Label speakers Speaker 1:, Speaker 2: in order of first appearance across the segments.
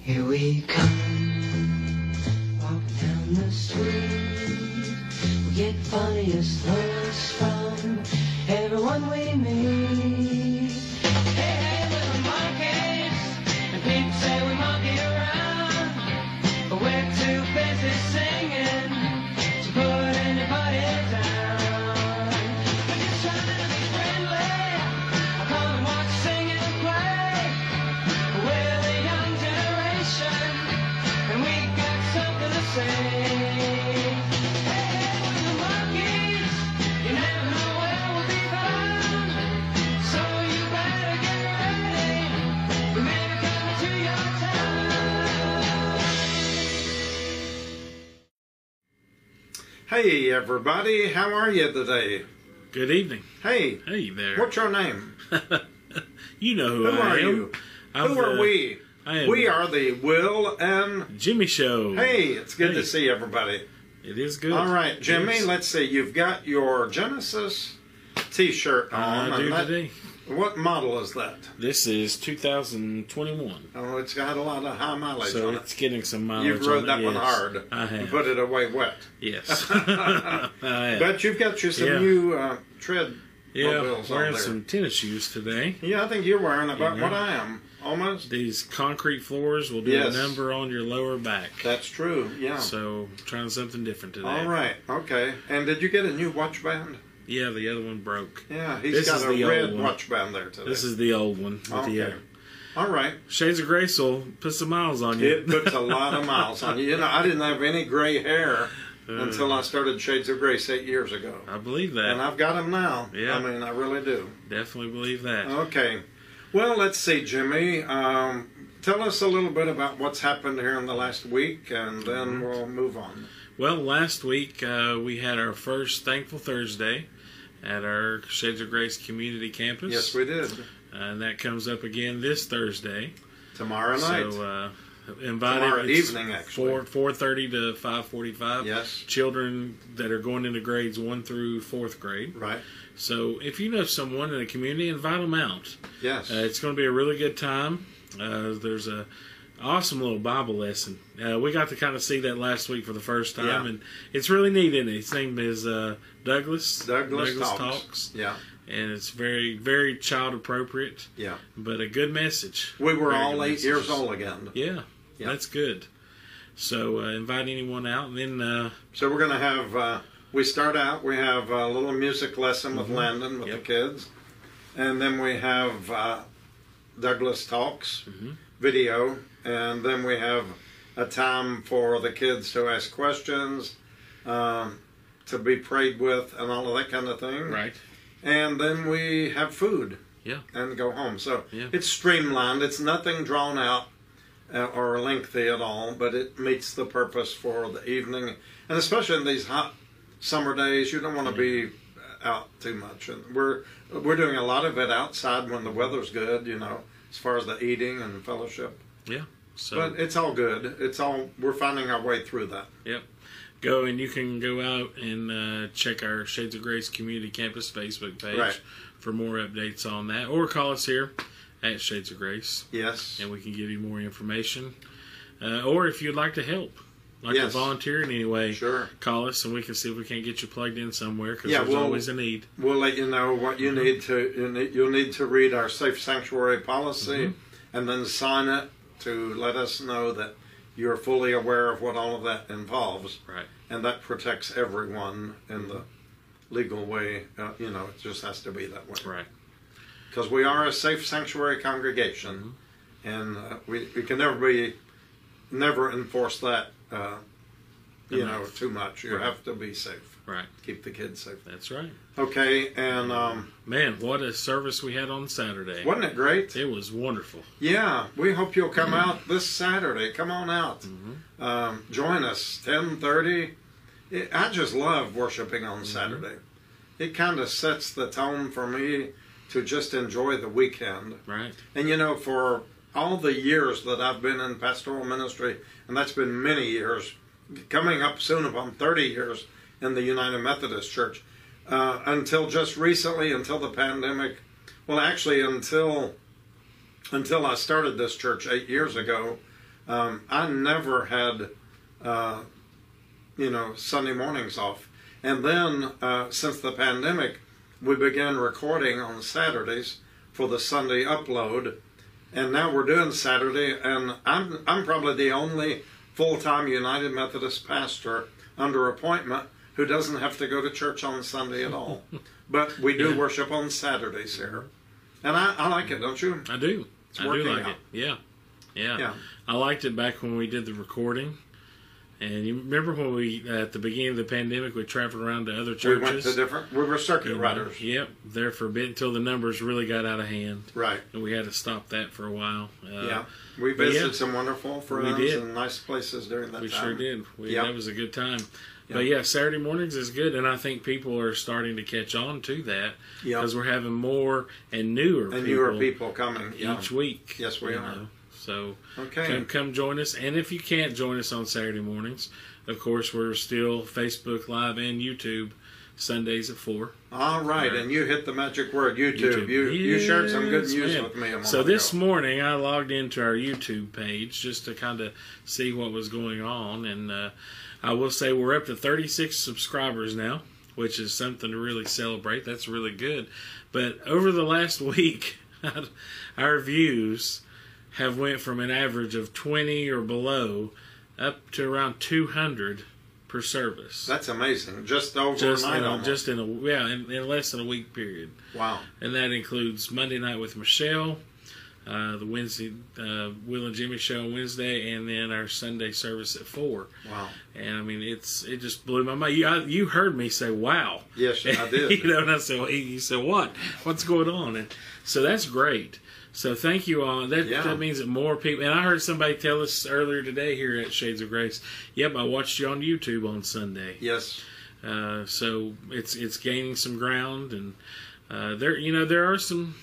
Speaker 1: Here we come, walking down the street. We get funniest looks from everyone we meet. Hey, hey, little monkeys, and people say we monkey around, but we're too busy singing to put anybody down. We're just trying to be friendly. I come and watch, sing and play. We're the young generation, and we got something to say. Hey, we're the monkeys, you never know where we'll be found. So you better get ready, we may be coming to your town.
Speaker 2: Hey everybody, how are you today?
Speaker 3: Good evening.
Speaker 2: Hey,
Speaker 3: Hey there.
Speaker 2: what's your name?
Speaker 3: you know who,
Speaker 2: Who
Speaker 3: I
Speaker 2: are
Speaker 3: am.
Speaker 2: you?
Speaker 3: I'm
Speaker 2: Who are
Speaker 3: the
Speaker 2: we?
Speaker 3: I am-
Speaker 2: we are the Will and
Speaker 3: Jimmy Show.
Speaker 2: Hey, it's good
Speaker 3: Hey.
Speaker 2: to see everybody.
Speaker 3: It is good.
Speaker 2: All right, Jimmy,
Speaker 3: Yes.
Speaker 2: let's see. You've got your Genesis t-shirt on.
Speaker 3: I
Speaker 2: and
Speaker 3: do
Speaker 2: that-
Speaker 3: today.
Speaker 2: What model is that?
Speaker 3: This is 2021,
Speaker 2: Oh, it's got a lot of high mileage
Speaker 3: so
Speaker 2: on
Speaker 3: it's getting some
Speaker 2: it.
Speaker 3: mileage.
Speaker 2: You've rode
Speaker 3: on
Speaker 2: that
Speaker 3: it.
Speaker 2: one
Speaker 3: Yes,
Speaker 2: hard.
Speaker 3: I
Speaker 2: You
Speaker 3: have.
Speaker 2: put it away wet.
Speaker 3: yes. I have.
Speaker 2: But you've got you some
Speaker 3: Yeah.
Speaker 2: new uh, tread.
Speaker 3: yeah,
Speaker 2: mobiles on
Speaker 3: wearing
Speaker 2: there.
Speaker 3: some tennis shoes today.
Speaker 2: Yeah, I think you're wearing about
Speaker 3: Yeah.
Speaker 2: what I am, almost.
Speaker 3: These concrete floors will do
Speaker 2: Yes.
Speaker 3: a number on your lower back.
Speaker 2: That's true, yeah.
Speaker 3: So trying something different today.
Speaker 2: All right, okay. And did you get a new watch band?
Speaker 3: Yeah, the other one broke.
Speaker 2: Yeah, he's
Speaker 3: This
Speaker 2: got
Speaker 3: is
Speaker 2: a
Speaker 3: the old
Speaker 2: red
Speaker 3: one.
Speaker 2: watch band there today.
Speaker 3: This is the old one with the
Speaker 2: Okay.
Speaker 3: uh,
Speaker 2: All right.
Speaker 3: shades of gray. So put some miles on you.
Speaker 2: It puts a lot of miles on you. You know, I didn't have any gray hair
Speaker 3: Uh.
Speaker 2: until I started Shades of Grace eight years ago.
Speaker 3: I believe that.
Speaker 2: And I've got them now.
Speaker 3: Uh. Yeah.
Speaker 2: I mean, I really do.
Speaker 3: Definitely believe that.
Speaker 2: Okay. Well, let's see, Jimmy. Um, tell us a little bit about what's happened here in the last week, and
Speaker 3: Mm-hmm.
Speaker 2: then we'll move on.
Speaker 3: Well, last week uh, we had our first Thankful Thursday at our Shades of Grace community campus. Uh,
Speaker 2: Yes, we did.
Speaker 3: and that comes up again this Thursday.
Speaker 2: Tomorrow night.
Speaker 3: So uh, invited
Speaker 2: Tomorrow
Speaker 3: it's
Speaker 2: evening, actually.
Speaker 3: four four thirty to five forty five.
Speaker 2: Yes.
Speaker 3: Children that are going into grades one through fourth grade.
Speaker 2: right.
Speaker 3: So if you know someone in the community, invite them out.
Speaker 2: Yes.
Speaker 3: Uh, it's going to be a really good time. Uh, there's a awesome little Bible lesson. Uh, we got to kind of see that last week for the first time,
Speaker 2: Yeah.
Speaker 3: and it's really neat. Isn't it? His name is uh, Douglas.
Speaker 2: Douglas, talks.
Speaker 3: Talks,
Speaker 2: Yeah.
Speaker 3: and it's very very child appropriate,
Speaker 2: Yeah.
Speaker 3: but a good message.
Speaker 2: We were
Speaker 3: Very
Speaker 2: all
Speaker 3: good
Speaker 2: eight years
Speaker 3: messages.
Speaker 2: old again.
Speaker 3: Yeah,
Speaker 2: Yeah.
Speaker 3: that's good. So uh, invite anyone out, and then uh,
Speaker 2: So we're going to have, uh, we start out, we have a little music lesson with Landon, with
Speaker 3: Mm-hmm. Yep.
Speaker 2: the kids. And then we have uh, Douglas Talks
Speaker 3: Mm-hmm.
Speaker 2: video. And then we have a time for the kids to ask questions, um, to be prayed with, and all of that kind of thing.
Speaker 3: right,
Speaker 2: And then we have food.
Speaker 3: Yeah.
Speaker 2: And go home. So
Speaker 3: Yeah.
Speaker 2: it's streamlined, it's nothing drawn out uh, or lengthy at all, but it meets the purpose for the evening, and especially in these hot summer days, you don't want to be out too much. And we're we're doing a lot of it outside when the weather's good, you know, as far as the eating and fellowship.
Speaker 3: yeah. So
Speaker 2: But it's all good. It's all we're finding our way through that.
Speaker 3: Yep. Go and you can go out and uh, check our Shades of Grace Community Campus Facebook page
Speaker 2: Right.
Speaker 3: for more updates on that, or call us here at Shades of Grace,
Speaker 2: Yes.
Speaker 3: and we can give you more information. Uh, or if you'd like to help, like to
Speaker 2: Yes.
Speaker 3: volunteer in any way,
Speaker 2: Sure.
Speaker 3: call us and we can see if we can't get you plugged in somewhere because
Speaker 2: Yeah,
Speaker 3: there's
Speaker 2: well-
Speaker 3: always a need.
Speaker 2: We'll let you know what you need to. You need, you'll need to read our safe sanctuary policy,
Speaker 3: Mm-hmm.
Speaker 2: and then sign it to let us know that you're fully aware of what all of that involves.
Speaker 3: Right.
Speaker 2: and that protects everyone in the legal way. Uh, you know, it just has to be that way.
Speaker 3: Right.
Speaker 2: Because we are a safe sanctuary congregation,
Speaker 3: Mm-hmm.
Speaker 2: and uh, we, we can never be, never enforce that, uh, you know,
Speaker 3: Enough.
Speaker 2: too much. You
Speaker 3: Right.
Speaker 2: have to be safe.
Speaker 3: Right.
Speaker 2: Keep the kids safe.
Speaker 3: That's right.
Speaker 2: Okay, and um,
Speaker 3: Man, what a service we had on Saturday.
Speaker 2: wasn't it great?
Speaker 3: It was wonderful.
Speaker 2: Yeah, we hope you'll come out this Saturday. Come on out, um, join us ten thirty. I just love worshiping on Saturday. It kind of sets the tone for me to just enjoy the weekend.
Speaker 3: Right.
Speaker 2: And you know, for all the years that I've been in pastoral ministry, and that's been many years, coming up soon upon 30 years in the United Methodist Church, uh, until just recently, until the pandemic, well, actually, until until I started this church eight years ago, Um, I never had, uh, you know, Sunday mornings off. And then uh, since the pandemic, we began recording on Saturdays for the Sunday upload, and now we're doing Saturday. And I'm I'm probably the only full-time United Methodist pastor under appointment who doesn't have to go to church on Sunday at all. but we do
Speaker 3: Yeah. Mm-hmm.
Speaker 2: worship on Saturdays here, and I, I like it, don't you?
Speaker 3: I do. I do
Speaker 2: working
Speaker 3: like
Speaker 2: out.
Speaker 3: it. Yeah. yeah.
Speaker 2: Yeah.
Speaker 3: I liked it back when we did the recording. And you remember when we, at the beginning of the pandemic, we traveled around to other
Speaker 2: We
Speaker 3: churches? Mm-hmm.
Speaker 2: went to different. We were circuit riders,
Speaker 3: Yep, there for a bit until the numbers really got out of hand.
Speaker 2: right?
Speaker 3: And we had to stop that for a while. Uh,
Speaker 2: yeah, we
Speaker 3: but yeah.
Speaker 2: visited some wonderful friends
Speaker 3: did.
Speaker 2: and nice places during that
Speaker 3: We
Speaker 2: time.
Speaker 3: sure did. We,
Speaker 2: Yep.
Speaker 3: That was a good time. But
Speaker 2: Yep.
Speaker 3: yeah, Saturday mornings is good, and I think people are starting to catch on to that
Speaker 2: Yep.
Speaker 3: because we're having more and newer
Speaker 2: And
Speaker 3: people
Speaker 2: you were people coming. Yeah.
Speaker 3: each week.
Speaker 2: Yes, we
Speaker 3: you
Speaker 2: are.
Speaker 3: So
Speaker 2: Okay.
Speaker 3: come come join us, and if you can't join us on Saturday mornings, of course we're still Facebook Live and YouTube Sundays at four.
Speaker 2: All right, and you hit the magic word YouTube. You you shared some good
Speaker 3: Yes,
Speaker 2: news
Speaker 3: ma'am.
Speaker 2: with me. A moment
Speaker 3: so this
Speaker 2: ago.
Speaker 3: morning I logged into our YouTube page just to kind of see what was going on, and uh, I will say we're up to 36 subscribers now, which is something to really celebrate. That's really good. But over the last week, our views have went from an average of 20 or below up to around 200 per service.
Speaker 2: that's amazing. Just overnight,
Speaker 3: just in, a,
Speaker 2: almost.
Speaker 3: just in a yeah, in, in less than a week period
Speaker 2: wow.
Speaker 3: and that includes Monday night with Michelle, uh, the Wednesday uh, Will and Jimmy show on Wednesday, and then our Sunday service at four.
Speaker 2: Wow.
Speaker 3: And I mean, it's it just blew my mind. You, I, you heard me say "Wow."
Speaker 2: Yes, I did.
Speaker 3: you know, and I said, well, "You said what? What's going on?" And so that's great. So thank you all. That
Speaker 2: Yeah.
Speaker 3: that means that more people. And I heard somebody tell us earlier today here at Shades of Grace. Yep, I watched you on YouTube on Sunday.
Speaker 2: Yes.
Speaker 3: Uh, so it's it's gaining some ground, and uh, there you know there are some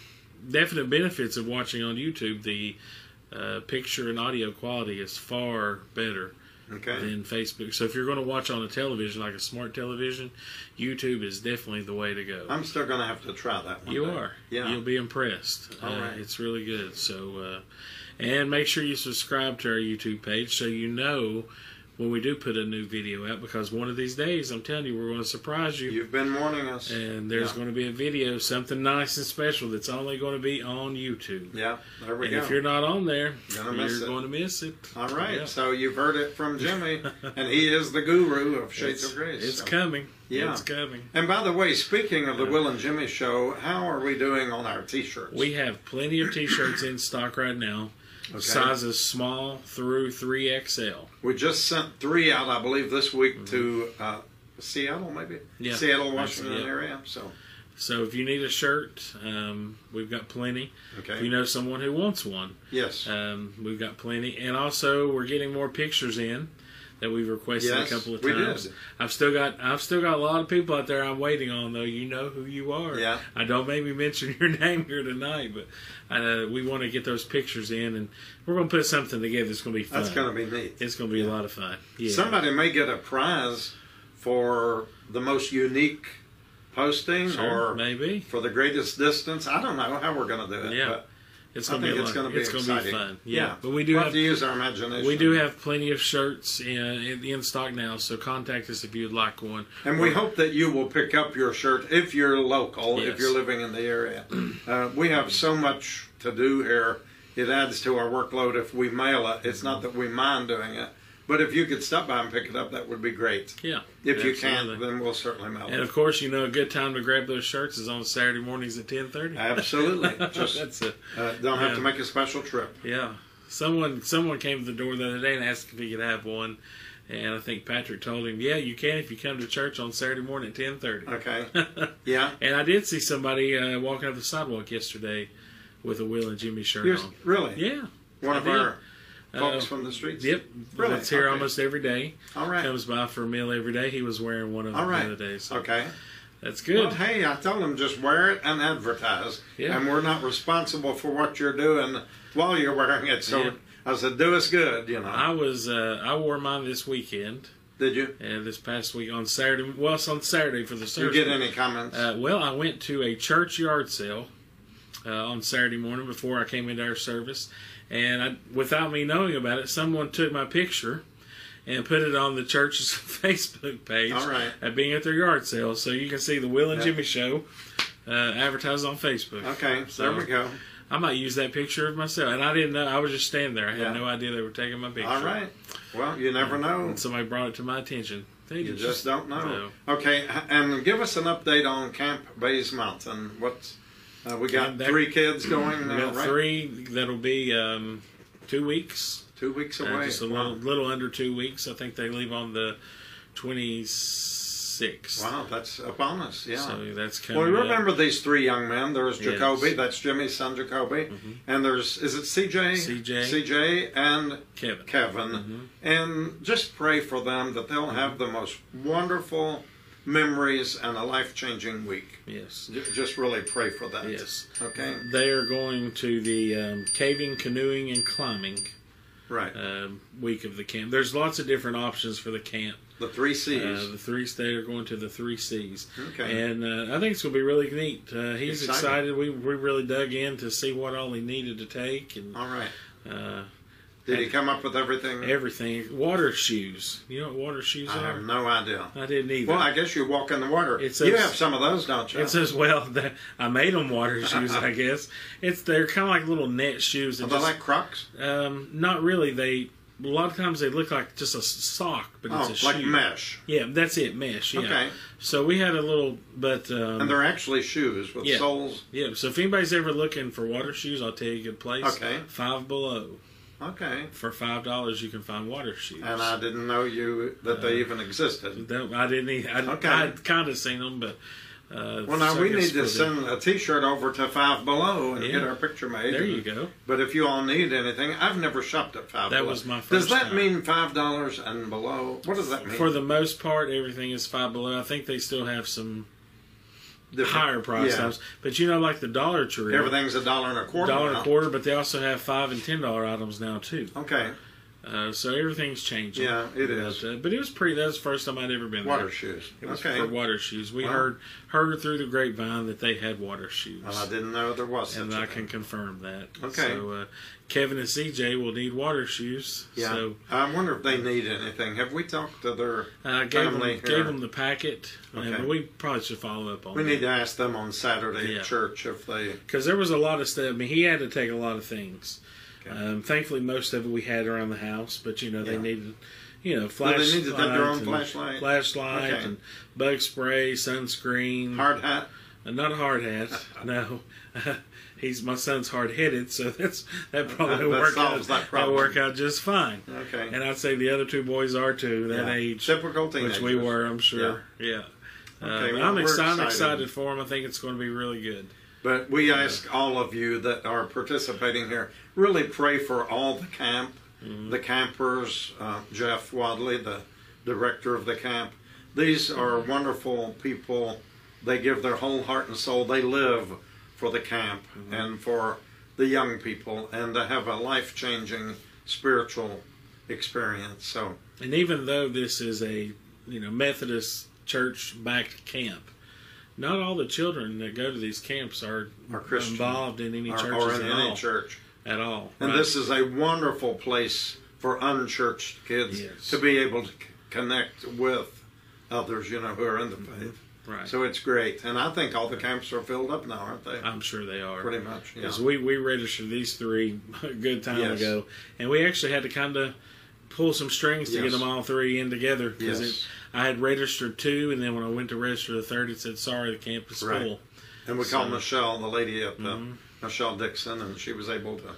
Speaker 3: definite benefits of watching on YouTube. The uh, picture and audio quality is far better
Speaker 2: Okay.
Speaker 3: than Facebook. So if you're going to watch on a television like a smart television, YouTube is definitely the way to go.
Speaker 2: I'm still going to have to try that one.
Speaker 3: You
Speaker 2: day.
Speaker 3: are.
Speaker 2: Yeah.
Speaker 3: You'll be impressed.
Speaker 2: All
Speaker 3: uh,
Speaker 2: right.
Speaker 3: It's really good. So, uh, and make sure you subscribe to our YouTube page so you know when we do put a new video out because one of these days, I'm telling you, we're going to surprise you.
Speaker 2: You've been warning us.
Speaker 3: and there's
Speaker 2: Yeah.
Speaker 3: going to be a video, something nice and special that's only going to be on YouTube.
Speaker 2: Yeah. There we
Speaker 3: and
Speaker 2: go.
Speaker 3: if you're not on there,
Speaker 2: Gonna
Speaker 3: you're
Speaker 2: miss it.
Speaker 3: going to miss it.
Speaker 2: All right.
Speaker 3: Yeah.
Speaker 2: So you've heard it from Jimmy, and he is the guru of Shades
Speaker 3: it's,
Speaker 2: of Grace.
Speaker 3: It's
Speaker 2: so.
Speaker 3: coming.
Speaker 2: Yeah.
Speaker 3: It's coming.
Speaker 2: And by the way, speaking of the Will and Jimmy show, how are we doing on our T-shirts?
Speaker 3: We have plenty of t-shirts in stock right now, sizes small through 3XL.
Speaker 2: We just sent three out, I believe, this week to uh, Seattle, maybe
Speaker 3: Mm-hmm. Yeah.
Speaker 2: Seattle,
Speaker 3: That's-
Speaker 2: Washington
Speaker 3: yeah.
Speaker 2: area. So
Speaker 3: So if you need a shirt, um, we've got plenty.
Speaker 2: okay,
Speaker 3: If you know someone who wants one,
Speaker 2: yes,
Speaker 3: um, we've got plenty. And also, we're getting more pictures in that we've requested
Speaker 2: Yes,
Speaker 3: a couple of
Speaker 2: we did.
Speaker 3: times. I've still got I've still got a lot of people out there I'm waiting on though. You know who you are.
Speaker 2: Yeah.
Speaker 3: I don't maybe mention your name here tonight, but uh, we want to get those pictures in, and we're going to put something together that's going to be fun.
Speaker 2: that's going to be neat.
Speaker 3: it's going to be a lot of fun. Yeah.
Speaker 2: Somebody may get a prize for the most unique posting
Speaker 3: Sure,
Speaker 2: or
Speaker 3: maybe.
Speaker 2: for the greatest distance. I don't know how we're going to do it.
Speaker 3: Yeah.
Speaker 2: but
Speaker 3: It's
Speaker 2: I
Speaker 3: going to
Speaker 2: think
Speaker 3: be a
Speaker 2: it's
Speaker 3: lot-
Speaker 2: going to be
Speaker 3: it's gonna
Speaker 2: exciting.
Speaker 3: fun. Yeah. But we do
Speaker 2: we'll
Speaker 3: have
Speaker 2: to use our imagination.
Speaker 3: We do have plenty of shirts in, in, in stock now, so contact us if you'd like one.
Speaker 2: And we hope that you will pick up your shirt if you're local, if
Speaker 3: Yes.
Speaker 2: you're living in the area. Uh, we have so much to do here. It adds to our workload if we mail it. It's not that we mind doing it, but if you could stop by and pick it up, that would be great.
Speaker 3: Yeah.
Speaker 2: If you
Speaker 3: absolutely.
Speaker 2: can't, then we'll certainly mail
Speaker 3: And
Speaker 2: it.
Speaker 3: of course, you know a good time to grab those shirts is on Saturday mornings at ten thirty.
Speaker 2: Absolutely. Just
Speaker 3: That's a
Speaker 2: uh, don't have
Speaker 3: yeah.
Speaker 2: to make a special trip.
Speaker 3: yeah. Someone someone came to the door the other day and asked if he could have one, and I think Patrick told him, "Yeah, you can if you come to church on Saturday morning at ten thirty.
Speaker 2: Okay. Yeah.
Speaker 3: And I did see somebody uh, walking up the sidewalk yesterday with a Will and Jimmy shirt
Speaker 2: Here's,
Speaker 3: on.
Speaker 2: really?
Speaker 3: Yeah.
Speaker 2: One
Speaker 3: I
Speaker 2: of
Speaker 3: did.
Speaker 2: our folks
Speaker 3: Uh,
Speaker 2: from the streets?
Speaker 3: Yep.
Speaker 2: Really?
Speaker 3: That's here
Speaker 2: Okay.
Speaker 3: almost every day.
Speaker 2: All right.
Speaker 3: comes by for a meal every day. He was wearing one of them
Speaker 2: All right.
Speaker 3: the other day, so
Speaker 2: Okay.
Speaker 3: that's good.
Speaker 2: Well, hey, I told them just wear it and advertise.
Speaker 3: Yeah.
Speaker 2: And we're not responsible for what you're doing while you're wearing it. So
Speaker 3: Yeah.
Speaker 2: I said, do us good, you know.
Speaker 3: I was uh, I wore mine this weekend
Speaker 2: Did you?
Speaker 3: and this past week on Saturday. Well, it's on Saturday for the
Speaker 2: Did you
Speaker 3: service.
Speaker 2: get any comments?
Speaker 3: Uh, well, I went to a church yard sale uh, on Saturday morning before I came into our service, And I, without me knowing about it, someone took my picture and put it on the church's Facebook page
Speaker 2: All right.
Speaker 3: at being at their yard sale. So you can see the Will and
Speaker 2: Yeah.
Speaker 3: Jimmy show uh, advertised on Facebook.
Speaker 2: Okay, so there we go.
Speaker 3: I might use that picture of myself. And I didn't know. I was just standing there. I had
Speaker 2: Yeah.
Speaker 3: no idea they were taking my picture.
Speaker 2: All right. Well, you never know.
Speaker 3: And somebody brought it to my attention. They
Speaker 2: You just don't know.
Speaker 3: No.
Speaker 2: Okay, h- and give us an update on Camp Bays Mountain. What's uh, we got
Speaker 3: Camp Bay-
Speaker 2: three kids going
Speaker 3: We
Speaker 2: now,
Speaker 3: got
Speaker 2: right?
Speaker 3: three. That'll be um, two weeks.
Speaker 2: Two weeks
Speaker 3: Uh,
Speaker 2: away.
Speaker 3: just a little, little under two weeks. I think they leave on the 26th.
Speaker 2: Wow, that's upon us. Yeah.
Speaker 3: So that's coming
Speaker 2: well,
Speaker 3: up.
Speaker 2: remember these three young men. There's
Speaker 3: Yes. Mm-hmm.
Speaker 2: Jacoby. That's Jimmy's son, Jacoby. And there's is it CJ?
Speaker 3: CJ.
Speaker 2: CJ and
Speaker 3: Kevin.
Speaker 2: Kevin.
Speaker 3: Mm-hmm.
Speaker 2: And just pray for them that they'll have the most wonderful memories and a life changing week.
Speaker 3: Yes.
Speaker 2: J- Just really pray for that.
Speaker 3: Yes. Uh,
Speaker 2: Okay.
Speaker 3: They are going to the um, caving, canoeing, and climbing
Speaker 2: Right.
Speaker 3: um week of the camp. There's lots of different options for the camp.
Speaker 2: the three
Speaker 3: Uh,
Speaker 2: C's.
Speaker 3: the three they are going to the three C's,
Speaker 2: Okay.
Speaker 3: and uh, I think it's going to be really neat. Uh, he's
Speaker 2: Exciting.
Speaker 3: excited. We we really dug in to see what all he needed to take and
Speaker 2: All right.
Speaker 3: uh,
Speaker 2: Did he come up with everything?
Speaker 3: everything. Water shoes. You know what water shoes
Speaker 2: I have
Speaker 3: are?
Speaker 2: no idea.
Speaker 3: I didn't either.
Speaker 2: Well, I guess you walk in the water.
Speaker 3: It
Speaker 2: you
Speaker 3: says-
Speaker 2: have some of those, don't you?
Speaker 3: It says, well, the, I made them water shoes, I guess. It's they're kind of like little net shoes.
Speaker 2: Are
Speaker 3: That
Speaker 2: they
Speaker 3: just,
Speaker 2: like Crocs?
Speaker 3: um, not really. They a lot of times they look like just a s- sock, but
Speaker 2: Oh,
Speaker 3: it's a
Speaker 2: like
Speaker 3: shoe.
Speaker 2: mesh.
Speaker 3: Yeah, that's it, mesh. Yeah.
Speaker 2: Okay.
Speaker 3: So we had a little, but um,
Speaker 2: And they're actually shoes with
Speaker 3: Yeah.
Speaker 2: soles.
Speaker 3: yeah. So if anybody's ever looking for water shoes, I'll tell you a good place.
Speaker 2: Okay.
Speaker 3: Five Below
Speaker 2: Okay.
Speaker 3: for five dollars, you can find water shoes.
Speaker 2: And I didn't know you that
Speaker 3: Uh,
Speaker 2: they even existed.
Speaker 3: That- I didn't. e- I,
Speaker 2: Okay.
Speaker 3: I kind of seen them, but uh,
Speaker 2: Well, now
Speaker 3: so I
Speaker 2: we
Speaker 3: guess
Speaker 2: need
Speaker 3: for the-
Speaker 2: to send a T-shirt over to Five Below and get
Speaker 3: Yeah.
Speaker 2: our picture made.
Speaker 3: There you go.
Speaker 2: But if you all need anything, I've never shopped at Five
Speaker 3: That
Speaker 2: Below.
Speaker 3: was my
Speaker 2: Does
Speaker 3: first
Speaker 2: that
Speaker 3: time.
Speaker 2: mean five dollars and below? What does that mean?
Speaker 3: For the most part, everything is five below. I think they still have some
Speaker 2: Different-
Speaker 3: higher price
Speaker 2: yeah.
Speaker 3: items, but you know, like the Dollar Tree,
Speaker 2: Everything's a dollar and a quarter.
Speaker 3: dollar and
Speaker 2: now.
Speaker 3: a quarter, but they also have five and ten dollar items now too.
Speaker 2: Okay.
Speaker 3: Uh, so everything's changing.
Speaker 2: Yeah, it is.
Speaker 3: But, uh, but it was pretty. That was the first time I'd ever been
Speaker 2: Water
Speaker 3: there.
Speaker 2: shoes.
Speaker 3: It was
Speaker 2: okay.
Speaker 3: for water shoes. We
Speaker 2: Wow.
Speaker 3: heard heard through the grapevine that they had water shoes.
Speaker 2: Well, I didn't know there was such
Speaker 3: and
Speaker 2: a
Speaker 3: I
Speaker 2: thing.
Speaker 3: can confirm that.
Speaker 2: Okay.
Speaker 3: So uh, Kevin and CJ will need water shoes.
Speaker 2: Yeah.
Speaker 3: So
Speaker 2: I wonder if they need anything. Have we talked to their?
Speaker 3: I uh, gave them,
Speaker 2: Family here.
Speaker 3: gave them the packet,
Speaker 2: Okay.
Speaker 3: and we probably should follow up on.
Speaker 2: We
Speaker 3: that.
Speaker 2: need to ask them on Saturday
Speaker 3: Oh, Yeah.
Speaker 2: at church if they.
Speaker 3: because there was a lot of stuff. I mean, he had to take a lot of things.
Speaker 2: Okay.
Speaker 3: Um, thankfully, most of it we had around the house, but you know they
Speaker 2: Yeah.
Speaker 3: needed, you know,
Speaker 2: they
Speaker 3: flashlights,
Speaker 2: needed to have their own flashlight?
Speaker 3: flashlight,
Speaker 2: Okay.
Speaker 3: and bug spray, sunscreen.
Speaker 2: Hard hat.
Speaker 3: Uh, not a hard hat. no, he's my son's hard headed, so that's that probably
Speaker 2: that
Speaker 3: work out.
Speaker 2: solves that problem.
Speaker 3: work out just fine.
Speaker 2: Okay.
Speaker 3: And I'd say the other two boys are too that
Speaker 2: Yeah.
Speaker 3: age,
Speaker 2: Typical
Speaker 3: which
Speaker 2: teenagers.
Speaker 3: we were, I'm sure. Yeah.
Speaker 2: Okay,
Speaker 3: Uh,
Speaker 2: well,
Speaker 3: I'm
Speaker 2: we're
Speaker 3: excited, I'm
Speaker 2: excited.
Speaker 3: excited for him. I think it's going to be really good.
Speaker 2: But we ask all of you that are participating here really pray for all the camp,
Speaker 3: Mm-hmm.
Speaker 2: the campers, uh, Jeff Wadley, the director of the camp. These are wonderful people. They give their whole heart and soul. They live for the camp
Speaker 3: Mm-hmm.
Speaker 2: and for the young people and to have a life changing spiritual experience. So,
Speaker 3: And even though this is a you know Methodist church backed camp, not all the children that go to these camps are,
Speaker 2: Are Christian.
Speaker 3: involved in any
Speaker 2: or,
Speaker 3: churches
Speaker 2: or in
Speaker 3: at,
Speaker 2: any
Speaker 3: all,
Speaker 2: church.
Speaker 3: at all.
Speaker 2: And
Speaker 3: right?
Speaker 2: this is a wonderful place for unchurched kids
Speaker 3: Yes.
Speaker 2: to be able to c- connect with others, you know, who are in the faith.
Speaker 3: Mm-hmm. right.
Speaker 2: So it's great. And I think all the camps are filled up now, aren't they?
Speaker 3: I'm sure they are.
Speaker 2: Pretty much. Yeah.
Speaker 3: Because we, we registered these three a good time
Speaker 2: Yes.
Speaker 3: ago, and we actually had to kind of pull some strings to
Speaker 2: Yes.
Speaker 3: get them all three in together. Because
Speaker 2: Yes.
Speaker 3: I had registered two, and then when I went to register the third, it said, sorry, the camp is
Speaker 2: Right.
Speaker 3: full.
Speaker 2: And we called
Speaker 3: So-
Speaker 2: Michelle, the lady at the Michelle Dixon, and she was able to,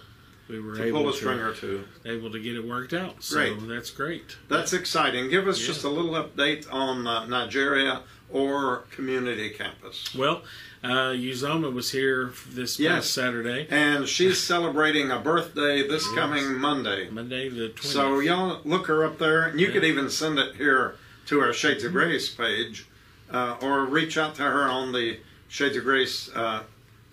Speaker 3: We were
Speaker 2: to
Speaker 3: able,
Speaker 2: pull a
Speaker 3: to,
Speaker 2: string or two.
Speaker 3: able to get it worked out. So
Speaker 2: Great.
Speaker 3: that's great.
Speaker 2: That's exciting. Give us
Speaker 3: Yeah.
Speaker 2: just a little update on uh, Nigeria or community campus.
Speaker 3: Well, uh, Uzoma was here this
Speaker 2: Yes.
Speaker 3: past Saturday,
Speaker 2: And she's celebrating a birthday this
Speaker 3: Yes.
Speaker 2: coming Monday.
Speaker 3: Monday the 20th.
Speaker 2: So y'all look her up there, and you could
Speaker 3: Yeah. Mm-hmm.
Speaker 2: even send it here to our Shades of Grace page, uh, or reach out to her on the Shades of Grace uh,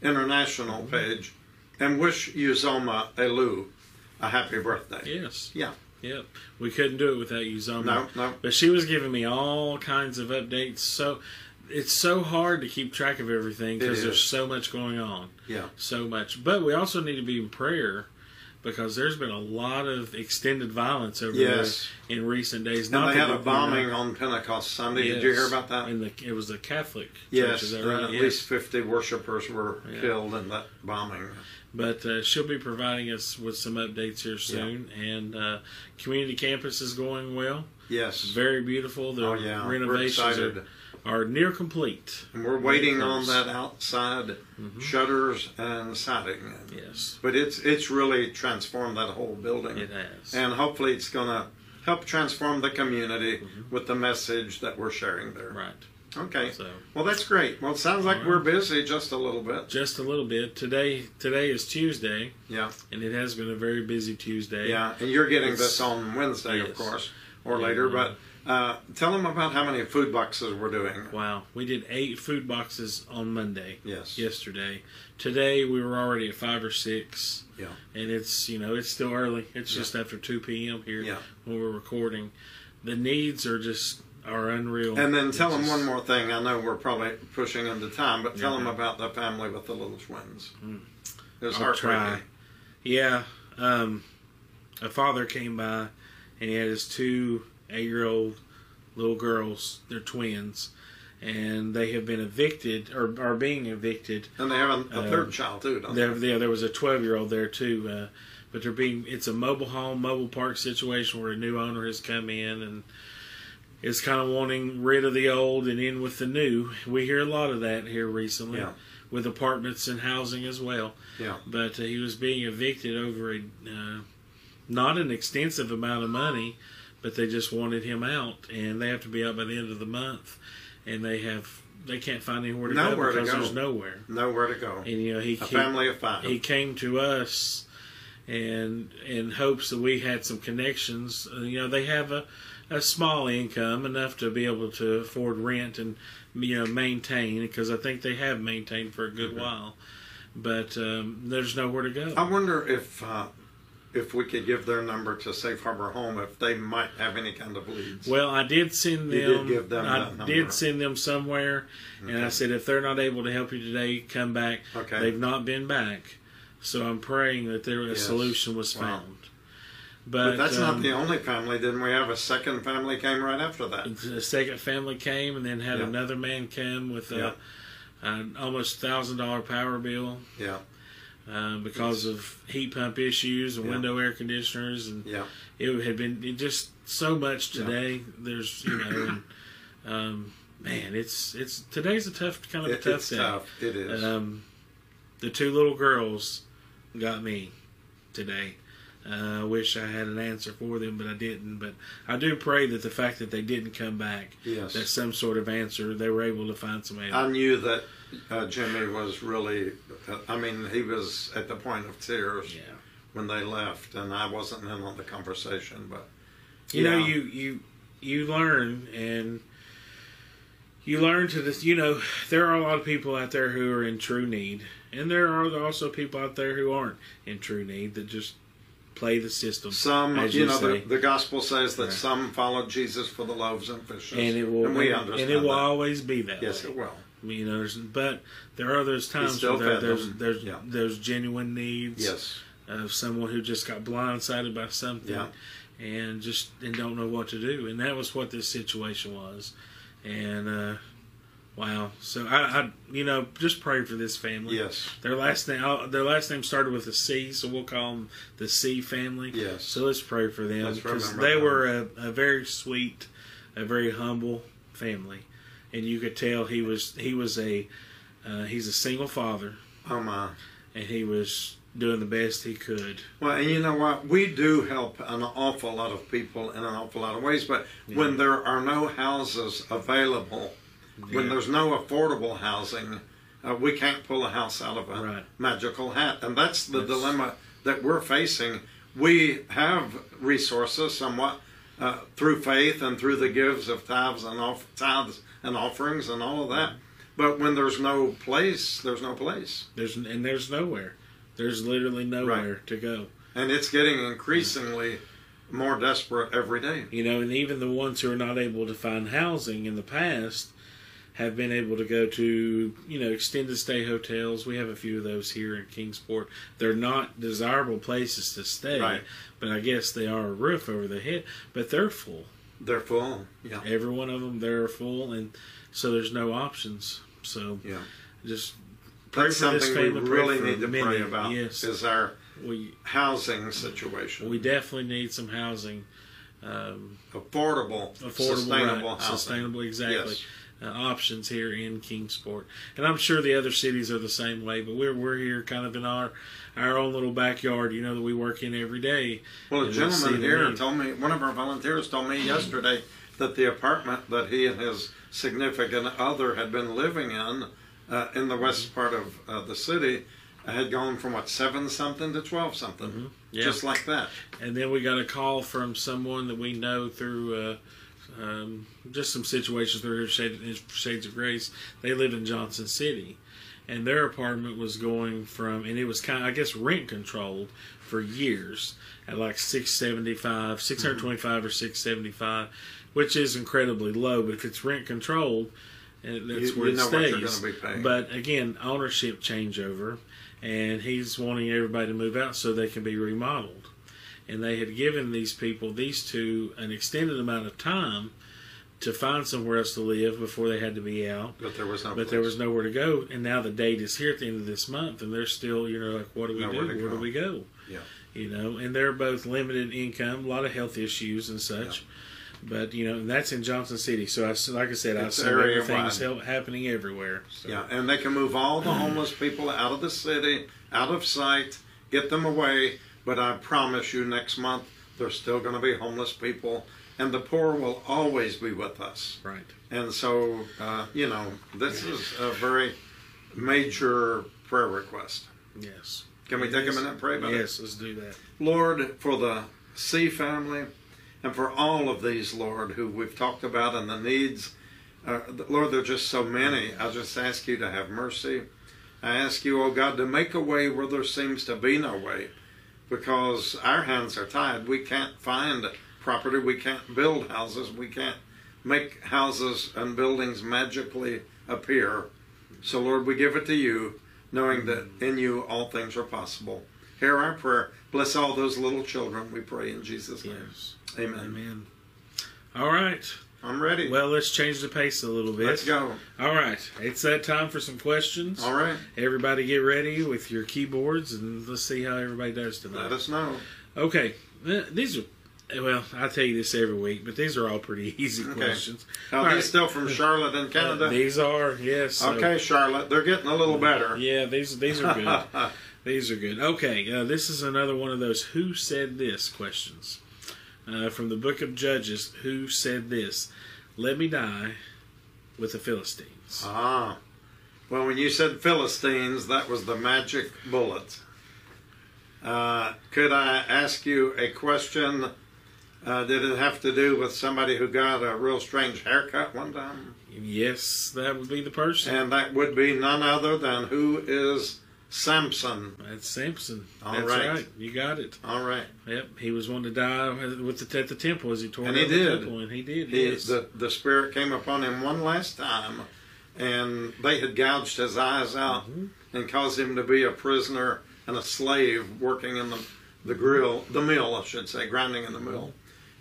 Speaker 2: International
Speaker 3: Mm-hmm.
Speaker 2: page, and wish Uzoma Elu a happy birthday.
Speaker 3: Yes.
Speaker 2: Yeah.
Speaker 3: Yep. We couldn't do it without Uzoma.
Speaker 2: No, no.
Speaker 3: But she was giving me all kinds of updates. So it's so hard to keep track of everything
Speaker 2: It
Speaker 3: because
Speaker 2: is.
Speaker 3: there's so much going on.
Speaker 2: Yeah.
Speaker 3: So much. But we also need to be in prayer because there's been a lot of extended violence over
Speaker 2: Yes.
Speaker 3: there in recent days.
Speaker 2: And they
Speaker 3: that
Speaker 2: had a
Speaker 3: we're-
Speaker 2: bombing on Pentecost Sunday. Did you
Speaker 3: Yes.
Speaker 2: hear about that?
Speaker 3: In the, it was the Catholic. Church,
Speaker 2: Yes,
Speaker 3: is that
Speaker 2: uh,
Speaker 3: right?
Speaker 2: at
Speaker 3: Yes.
Speaker 2: least 50 worshippers were
Speaker 3: Yeah.
Speaker 2: killed in that bombing.
Speaker 3: But uh, she'll be providing us with some updates here soon. And uh, community campus is going well.
Speaker 2: Yes.
Speaker 3: It's very beautiful. The
Speaker 2: oh, yeah. We're
Speaker 3: renovations
Speaker 2: excited.
Speaker 3: are, are near complete.
Speaker 2: and we're waiting on
Speaker 3: close.
Speaker 2: that outside
Speaker 3: Mm-hmm.
Speaker 2: shutters and siding.
Speaker 3: Yes,
Speaker 2: But it's it's really transformed that whole building.
Speaker 3: it has.
Speaker 2: And hopefully it's going to help transform the community with the message that we're sharing there.
Speaker 3: Mm-hmm. right.
Speaker 2: Okay.
Speaker 3: So
Speaker 2: Well, that's great. Well, it sounds like
Speaker 3: All
Speaker 2: we're busy just a little bit.
Speaker 3: just a little bit today. Today is Tuesday,
Speaker 2: Yeah.
Speaker 3: and it has been a very busy Tuesday.
Speaker 2: Yeah. And you're getting
Speaker 3: It's-
Speaker 2: this on Wednesday, of
Speaker 3: Yes.
Speaker 2: course, or
Speaker 3: Yeah.
Speaker 2: later. But uh, tell them about how many food boxes we're doing.
Speaker 3: Wow, we did eight food boxes on Monday.
Speaker 2: Yes.
Speaker 3: Yesterday, today we were already at five or six.
Speaker 2: Yeah.
Speaker 3: and it's you know it's still early. It's
Speaker 2: Yeah.
Speaker 3: just after two p.m. here
Speaker 2: Yeah.
Speaker 3: when we're recording. The needs are just are unreal.
Speaker 2: And then tell
Speaker 3: It's
Speaker 2: them
Speaker 3: just-
Speaker 2: one more thing. I know we're probably pushing into time, but tell
Speaker 3: Yeah.
Speaker 2: them about the family with the little twins. It was
Speaker 3: Mm-hmm. Mm. I'll try.
Speaker 2: heartbreaking.
Speaker 3: Yeah. Um, a father came by and he had his two eight year old little girls. They're twins. And they have been evicted or are being evicted.
Speaker 2: And they have a, a
Speaker 3: Um,
Speaker 2: third child too, don't
Speaker 3: There, there, there was a 12 year old there too. Uh, but they're being, it's a mobile home, mobile park situation where a new owner has come in and is kind of wanting rid of the old and in with the new. We hear a lot of that here recently
Speaker 2: Yeah.
Speaker 3: with apartments and housing as well
Speaker 2: they? Yeah.
Speaker 3: but uh, he was being evicted over a uh, not an extensive amount of money, but they just wanted him out, and they have to be out by the end of the month, and they have they can't find anywhere to
Speaker 2: Nowhere
Speaker 3: go
Speaker 2: to
Speaker 3: because
Speaker 2: go.
Speaker 3: there's nowhere.
Speaker 2: Nowhere to go.
Speaker 3: And you know he
Speaker 2: A
Speaker 3: he,
Speaker 2: family of five.
Speaker 3: he came to us, and in hopes that we had some connections. Uh, You know they have a a small income enough to be able to afford rent and you know maintain because I think they have maintained for a good while. But um, there's nowhere to go.
Speaker 2: I wonder if uh, if we could give their number to Safe Harbor Home if they might have any kind of leads.
Speaker 3: Well, I did send
Speaker 2: You
Speaker 3: them.
Speaker 2: did give them
Speaker 3: I
Speaker 2: that number.
Speaker 3: did send them somewhere, and I said if they're not able to help you today, come back.
Speaker 2: Okay.
Speaker 3: They've not been back, so I'm praying that there a
Speaker 2: Yes.
Speaker 3: solution was
Speaker 2: Wow.
Speaker 3: found.
Speaker 2: but,
Speaker 3: But,
Speaker 2: that's not
Speaker 3: um,
Speaker 2: the only family. Didn't we have a second family came right after that?
Speaker 3: the second family came, and then had
Speaker 2: Yeah.
Speaker 3: another man come with a,
Speaker 2: Yeah.
Speaker 3: an almost thousand dollar power bill
Speaker 2: Yeah,
Speaker 3: uh, because of heat pump issues and
Speaker 2: Yeah.
Speaker 3: window air conditioners, and
Speaker 2: yeah.
Speaker 3: it had been it just so much today. There's you know, and, um, man, it's it's today's a tough kind of a
Speaker 2: It,
Speaker 3: tough
Speaker 2: it's
Speaker 3: day.
Speaker 2: tough. It is.
Speaker 3: Um, the two little girls got me today. Uh, I wish I had an answer for them, but I didn't. But I do pray that the fact that they didn't come back,
Speaker 2: Yes.
Speaker 3: that's some sort of answer. They were able to find some answer.
Speaker 2: I knew that uh, Jimmy was really. I mean, he was at the point of tears
Speaker 3: yeah.
Speaker 2: when they left, and I wasn't in on the conversation. But
Speaker 3: you know
Speaker 2: Yeah.
Speaker 3: you you you learn and you learn to this you know there are a lot of people out there who are in true need and there are also people out there who aren't in true need that just play the system
Speaker 2: some,
Speaker 3: as
Speaker 2: you, know,
Speaker 3: say.
Speaker 2: the, the gospel says that
Speaker 3: Yeah.
Speaker 2: some followed Jesus for the loaves and fishes,
Speaker 3: and it will
Speaker 2: And we
Speaker 3: and
Speaker 2: understand
Speaker 3: it will
Speaker 2: that.
Speaker 3: always be that
Speaker 2: Yes,
Speaker 3: way.
Speaker 2: it will.
Speaker 3: I mean, there's, but there are those times
Speaker 2: still
Speaker 3: where there,
Speaker 2: fed
Speaker 3: there's
Speaker 2: them.
Speaker 3: there's
Speaker 2: Yeah.
Speaker 3: there's genuine needs
Speaker 2: Yes.
Speaker 3: of someone who just got blindsided by something
Speaker 2: Yeah.
Speaker 3: and just and don't know what to do. And that was what this situation was. And uh, wow, so I, I you know just pray for this family.
Speaker 2: Yes.
Speaker 3: Their last name I'll- their last name started with a C, so we'll call them the C family.
Speaker 2: Yes.
Speaker 3: So let's pray for them
Speaker 2: Let's
Speaker 3: because
Speaker 2: remember
Speaker 3: they
Speaker 2: them.
Speaker 3: were a, a very sweet, a very humble family, and you could tell he was he was a uh, he's a single father
Speaker 2: Oh my.
Speaker 3: and he was doing the best he could.
Speaker 2: Well, and you know what? We do help an awful lot of people in an awful lot of ways, but when there are no houses available, when
Speaker 3: Yeah.
Speaker 2: there's no affordable housing, uh, we can't pull a house out of a
Speaker 3: Right.
Speaker 2: magical hat. And that's the
Speaker 3: That's-
Speaker 2: dilemma that we're facing. We have resources somewhat uh, through faith and through the gives of tithes and, off- tithes and offerings and all of that.
Speaker 3: Mm-hmm.
Speaker 2: But when there's no place, there's no place.
Speaker 3: There's and there's nowhere. There's literally nowhere to go.
Speaker 2: And it's getting increasingly more desperate every day.
Speaker 3: You know, and even the ones who are not able to find housing in the past have been able to go to you know extended stay hotels. We have a few of those here in Kingsport. They're not desirable places to stay,
Speaker 2: Right.
Speaker 3: but I guess they are a roof over the head. But they're full.
Speaker 2: They're full. Yeah.
Speaker 3: Every one of them, they're full, and so there's no options. So
Speaker 2: Yeah.
Speaker 3: just pray
Speaker 2: That's
Speaker 3: for this
Speaker 2: something we
Speaker 3: family. pray
Speaker 2: really
Speaker 3: for
Speaker 2: need to
Speaker 3: many.
Speaker 2: pray about
Speaker 3: Yes,
Speaker 2: is our
Speaker 3: we
Speaker 2: housing situation.
Speaker 3: we definitely need some housing. Um,
Speaker 2: affordable,
Speaker 3: affordable,
Speaker 2: sustainable
Speaker 3: right,
Speaker 2: housing.
Speaker 3: sustainable, exactly.
Speaker 2: Yes.
Speaker 3: Uh, options here in Kingsport, and I'm sure the other cities are the same way. But we're we're here kind of in our our own little backyard, you know, that we work in every day.
Speaker 2: Well, a
Speaker 3: And we'll see
Speaker 2: gentleman
Speaker 3: the
Speaker 2: here
Speaker 3: need.
Speaker 2: told me, one of our volunteers told me yesterday that the apartment that he and his significant other had been living in, uh, in
Speaker 3: Mm-hmm.
Speaker 2: the west part of uh, the city, had gone from what seven something to twelve something,
Speaker 3: Mm-hmm. Yeah.
Speaker 2: just like that.
Speaker 3: And then we got a call from someone that we know through uh, um, just some situations through here, Shades, in Shades of Grace. They lived in Johnson City, and their apartment was going from, and it was kind of, I guess, rent controlled for years at like
Speaker 2: Mm-hmm.
Speaker 3: 675, 625 or 675, which is incredibly low, but if it's rent controlled, uh, that's
Speaker 2: You-
Speaker 3: where
Speaker 2: you
Speaker 3: it
Speaker 2: know what you're
Speaker 3: stays.
Speaker 2: gonna be paying.
Speaker 3: But again, ownership changeover, and he's wanting everybody to move out so they can be remodeled and they had given these people, these two, an extended amount of time to find somewhere else to live before they had to be out.
Speaker 2: But there was no.
Speaker 3: But there was nowhere to go, and now the date is here at the end of this month, and they're still, you know, like, what do we
Speaker 2: Nowhere
Speaker 3: do?
Speaker 2: to
Speaker 3: Where
Speaker 2: go.
Speaker 3: do we go?
Speaker 2: Yeah.
Speaker 3: You know, and they're both limited income, a lot of health issues and such. But you know, and that's in Johnson City. So I, s- like I said,
Speaker 2: It's
Speaker 3: I saw
Speaker 2: area
Speaker 3: everything's
Speaker 2: wide.
Speaker 3: hel- happening everywhere. So.
Speaker 2: Yeah, and they can move all the homeless people out of the city, out of sight, get them away. But I promise you, next month there's still going to be homeless people, and the poor will always be with us.
Speaker 3: Right.
Speaker 2: And so, uh, you know, this is a very major prayer request.
Speaker 3: Yes.
Speaker 2: Can we take a
Speaker 3: Yes.
Speaker 2: minute and pray about it?
Speaker 3: Yes, let's do that.
Speaker 2: Lord, for the C family and for all of these, Lord, who we've talked about and the needs. Uh, Lord, there are just so many. I just ask you to have mercy. I ask you, oh God, to make a way where there seems to be no way because our hands are tied. We can't find property, we can't build houses, we can't make houses and buildings magically appear. So, Lord, we give it to you, knowing that in you all things are possible. Hear our prayer. Bless all those little children, we pray in Jesus' name.
Speaker 3: Yes.
Speaker 2: Amen.
Speaker 3: Amen. All right.
Speaker 2: I'm ready.
Speaker 3: Well, let's change the pace a little bit.
Speaker 2: Let's go.
Speaker 3: All right, it's that time for some questions.
Speaker 2: All right.
Speaker 3: Everybody get ready with your keyboards and let's see how everybody does
Speaker 2: Let
Speaker 3: tonight.
Speaker 2: us know.
Speaker 3: Okay, th- these are, well, I tell you this every week, but these are all pretty easy questions.
Speaker 2: Now,
Speaker 3: All
Speaker 2: these
Speaker 3: right. Uh,
Speaker 2: still from Charlotte in Canada.
Speaker 3: These are, yes. so-
Speaker 2: Uh, okay, Charlotte, they're getting a little better.
Speaker 3: Yeah, these, these are good. These are good. Okay, uh, this is another one of those "Who said this?" questions uh, from the Book of Judges. Who said this? Let me die with the Philistines.
Speaker 2: Ah. Well, when you said Philistines, that was the magic bullet. Uh, could I ask you a question? Uh, did it have to do with somebody who got a real strange haircut one time?
Speaker 3: Yes, that would be the person.
Speaker 2: And that would be none other than who is Samson.
Speaker 3: That's Simpson.
Speaker 2: All
Speaker 3: That's
Speaker 2: right.
Speaker 3: right. You got it.
Speaker 2: All right.
Speaker 3: Yep. He was wanting to die with the, at the temple as he tore
Speaker 2: And
Speaker 3: down
Speaker 2: he
Speaker 3: the
Speaker 2: did.
Speaker 3: temple, and he did.
Speaker 2: He,
Speaker 3: yes.
Speaker 2: the, the Spirit came upon him one last time, and they had gouged his eyes out and caused him to be a prisoner and a slave working in the, the grill, the mill, I should say, grinding in the mill.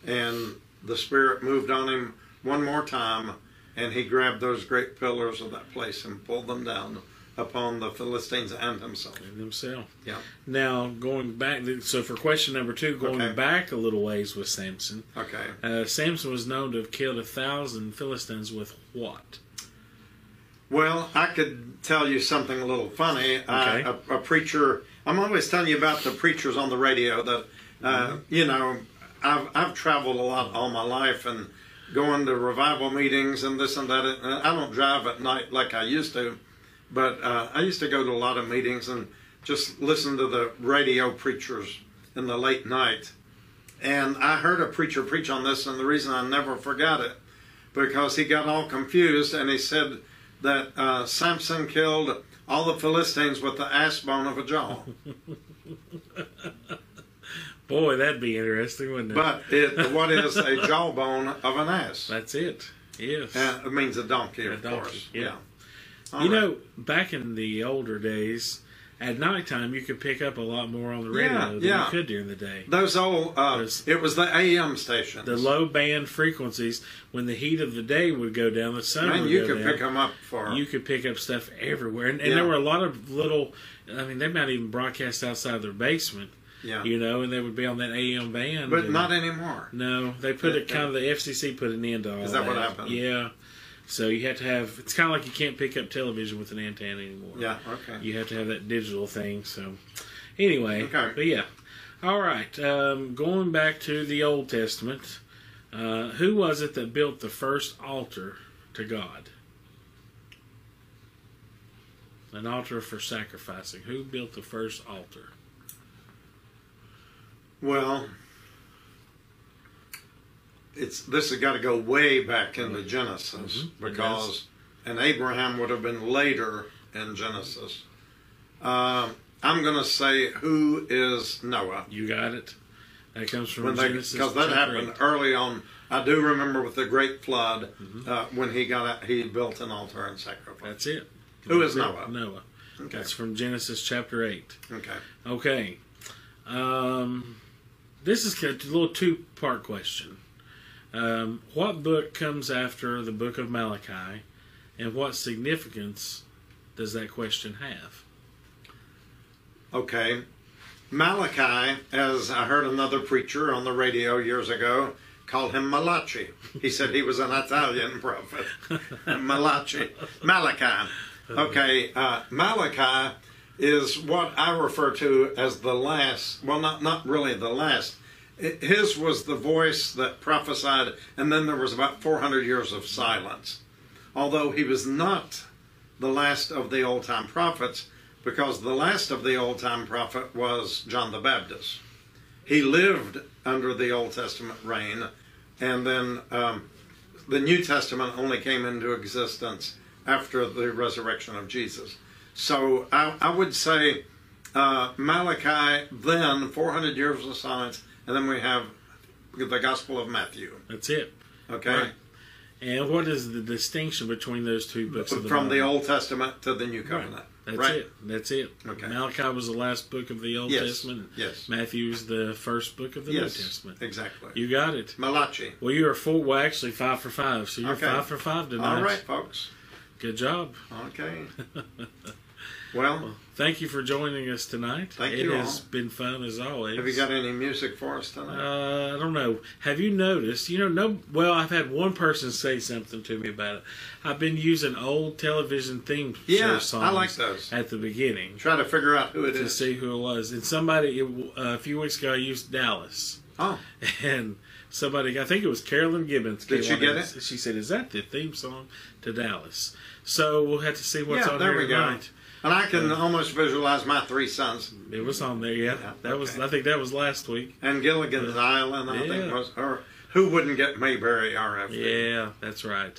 Speaker 2: And the Spirit moved on him one more time, and he grabbed those great pillars of that place and pulled them down upon the Philistines and himself.
Speaker 3: And himself.
Speaker 2: Yeah.
Speaker 3: Now going back, so for question number two, going
Speaker 2: Okay.
Speaker 3: back a little ways with Samson,
Speaker 2: Okay.
Speaker 3: uh, Samson was known to have killed a thousand Philistines with what?
Speaker 2: Well, I could tell you something a little funny. I-
Speaker 3: Okay.
Speaker 2: a, a preacher. I'm always telling you about the preachers on the radio. That uh, you know, I've I've traveled a lot all my life and going to revival meetings and this and that. And uh, I don't drive at night like I used to, but uh, I used to go to a lot of meetings and just listen to the radio preachers in the late night. And I heard a preacher preach on this, and the reason I never forgot it because he got all confused and he said that uh, Samson killed all the Philistines with the ass bone of a jaw.
Speaker 3: Boy, that'd be interesting, wouldn't it?
Speaker 2: But it, what is a jawbone of an ass?
Speaker 3: That's it. Yes.
Speaker 2: Uh, it means a donkey,
Speaker 3: A
Speaker 2: of
Speaker 3: donkey,
Speaker 2: course.
Speaker 3: yeah.
Speaker 2: All
Speaker 3: you
Speaker 2: right.
Speaker 3: know, back in the older days, at nighttime you could pick up a lot more on the radio
Speaker 2: Yeah,
Speaker 3: than
Speaker 2: yeah.
Speaker 3: you could during the day.
Speaker 2: those old. Uh,
Speaker 3: Those-
Speaker 2: it was the AM stations.
Speaker 3: The low band frequencies, when the heat of the day would go down, the sun
Speaker 2: Man,
Speaker 3: would
Speaker 2: you
Speaker 3: go
Speaker 2: could
Speaker 3: down.
Speaker 2: pick them up for.
Speaker 3: you could pick up stuff everywhere, and, and
Speaker 2: Yeah.
Speaker 3: there were a lot of little. I mean, they might even broadcast outside their basement,
Speaker 2: yeah.
Speaker 3: you know, and they would be on that AM band.
Speaker 2: but
Speaker 3: and-
Speaker 2: not anymore.
Speaker 3: No, they put it kind of the FCC put an end to all
Speaker 2: Is that what happened?
Speaker 3: Yeah. So you have to have. It's kind of like you can't pick up television with an antenna anymore.
Speaker 2: Yeah. Okay.
Speaker 3: You have to have that digital thing. So, anyway,
Speaker 2: Okay.
Speaker 3: but yeah, all right. Um, going back to the Old Testament, uh, who was it that built the first altar to God? An altar for sacrificing. Who built the first altar?
Speaker 2: Well, it's this has got to go way back into Genesis
Speaker 3: Mhm.
Speaker 2: because, and Abraham would have been later in Genesis. Um, I'm going to say who is Noah
Speaker 3: You got it. That comes from
Speaker 2: when they
Speaker 3: Genesis.
Speaker 2: because that
Speaker 3: chapter
Speaker 2: happened
Speaker 3: eight.
Speaker 2: early on. I do remember with the great flood
Speaker 3: Mm-hmm.
Speaker 2: uh, when he got out, he built an altar and sacrificed.
Speaker 3: That's it.
Speaker 2: Who is
Speaker 3: That's it.
Speaker 2: Noah?
Speaker 3: Noah.
Speaker 2: Okay.
Speaker 3: That's from Genesis chapter eight.
Speaker 2: Okay.
Speaker 3: Okay. Um, this is a little two part question. Um, what book comes after the book of Malachi, and what significance does that question have?
Speaker 2: Okay. Malachi, as I heard another preacher on the radio years ago, called him Malachi. He said he was an Italian prophet. Malachi. Malachi. Okay, uh, Malachi is what I refer to as the last, well, not, not really the last. I- His was the voice that prophesied, and then there was about 400 years of silence. Although he was not the last of the old time prophets because the last of the old time prophet was John the Baptist. He lived under the Old Testament reign, and then um, the New Testament only came into existence after the resurrection of Jesus. So I, I would say uh, Malachi, then 400 years of silence, and then we have the Gospel of Matthew.
Speaker 3: That's it.
Speaker 2: Okay?
Speaker 3: Right. And what is the distinction between those two books of the
Speaker 2: From the
Speaker 3: Bible?
Speaker 2: Old Testament to the New Covenant.
Speaker 3: That's
Speaker 2: right?
Speaker 3: it. That's it.
Speaker 2: Okay.
Speaker 3: Malachi was the last book of the Old
Speaker 2: Yes.
Speaker 3: Testament. and
Speaker 2: Yes.
Speaker 3: Matthew is the first book of the
Speaker 2: Yes,
Speaker 3: New Testament.
Speaker 2: exactly.
Speaker 3: You got it.
Speaker 2: Malachi.
Speaker 3: Well, you are four. Well, actually, five for five. So you're
Speaker 2: Okay.
Speaker 3: five for five tonight.
Speaker 2: All right, folks.
Speaker 3: Good job.
Speaker 2: Okay. well,
Speaker 3: Thank you for joining us tonight.
Speaker 2: Thank
Speaker 3: it
Speaker 2: you
Speaker 3: has
Speaker 2: all.
Speaker 3: been fun as always.
Speaker 2: have you got any music for us tonight?
Speaker 3: Uh, I don't know. Have you noticed? You know, no. Well, I've had one person say something to me about it. I've been using old television theme show
Speaker 2: yeah,
Speaker 3: songs
Speaker 2: I like those.
Speaker 3: at the beginning
Speaker 2: Try to figure out who it
Speaker 3: to
Speaker 2: is.
Speaker 3: see who it was. And somebody it, uh, a few weeks ago I used Dallas,
Speaker 2: Oh,
Speaker 3: and somebody I think it was Carolyn Gibbons.
Speaker 2: Did
Speaker 3: came
Speaker 2: she
Speaker 3: on
Speaker 2: get
Speaker 3: and s- She said, "Is that the theme song to Dallas?" So we'll have to see what's
Speaker 2: Yeah,
Speaker 3: on
Speaker 2: there
Speaker 3: here
Speaker 2: we go.
Speaker 3: tonight.
Speaker 2: and I can
Speaker 3: Uh,
Speaker 2: almost visualize my three sons
Speaker 3: It was on there, yeah.
Speaker 2: Yeah,
Speaker 3: that was
Speaker 2: okay.
Speaker 3: I think that was last week.
Speaker 2: and Gilligan's Island. I
Speaker 3: Yeah.
Speaker 2: think was or who wouldn't get Mayberry RF?
Speaker 3: Yeah, that's right.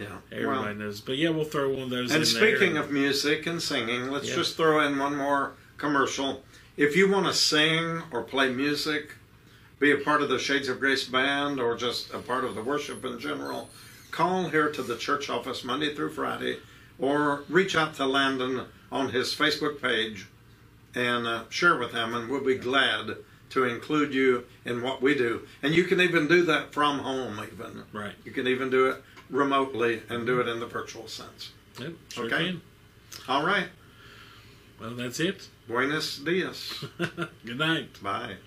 Speaker 2: yeah.
Speaker 3: Everybody
Speaker 2: Well,
Speaker 3: knows. But yeah, we'll throw one of those in
Speaker 2: and speaking
Speaker 3: there.
Speaker 2: of music and singing, let's
Speaker 3: Yeah.
Speaker 2: just throw in one more commercial. If you want to sing or play music, be a part of the Shades of Grace band or just a part of the worship in general, call here to the church office Monday through Friday or reach out to Landon on his Facebook page and uh, share with him, and we'll be glad to include you in what we do. And you can even do that from home, even.
Speaker 3: Right.
Speaker 2: You can even do it remotely and do it in the virtual sense.
Speaker 3: Yep, sure
Speaker 2: Okay.
Speaker 3: can.
Speaker 2: All right.
Speaker 3: Well, that's it.
Speaker 2: Buenos dias.
Speaker 3: Good night.
Speaker 2: Bye.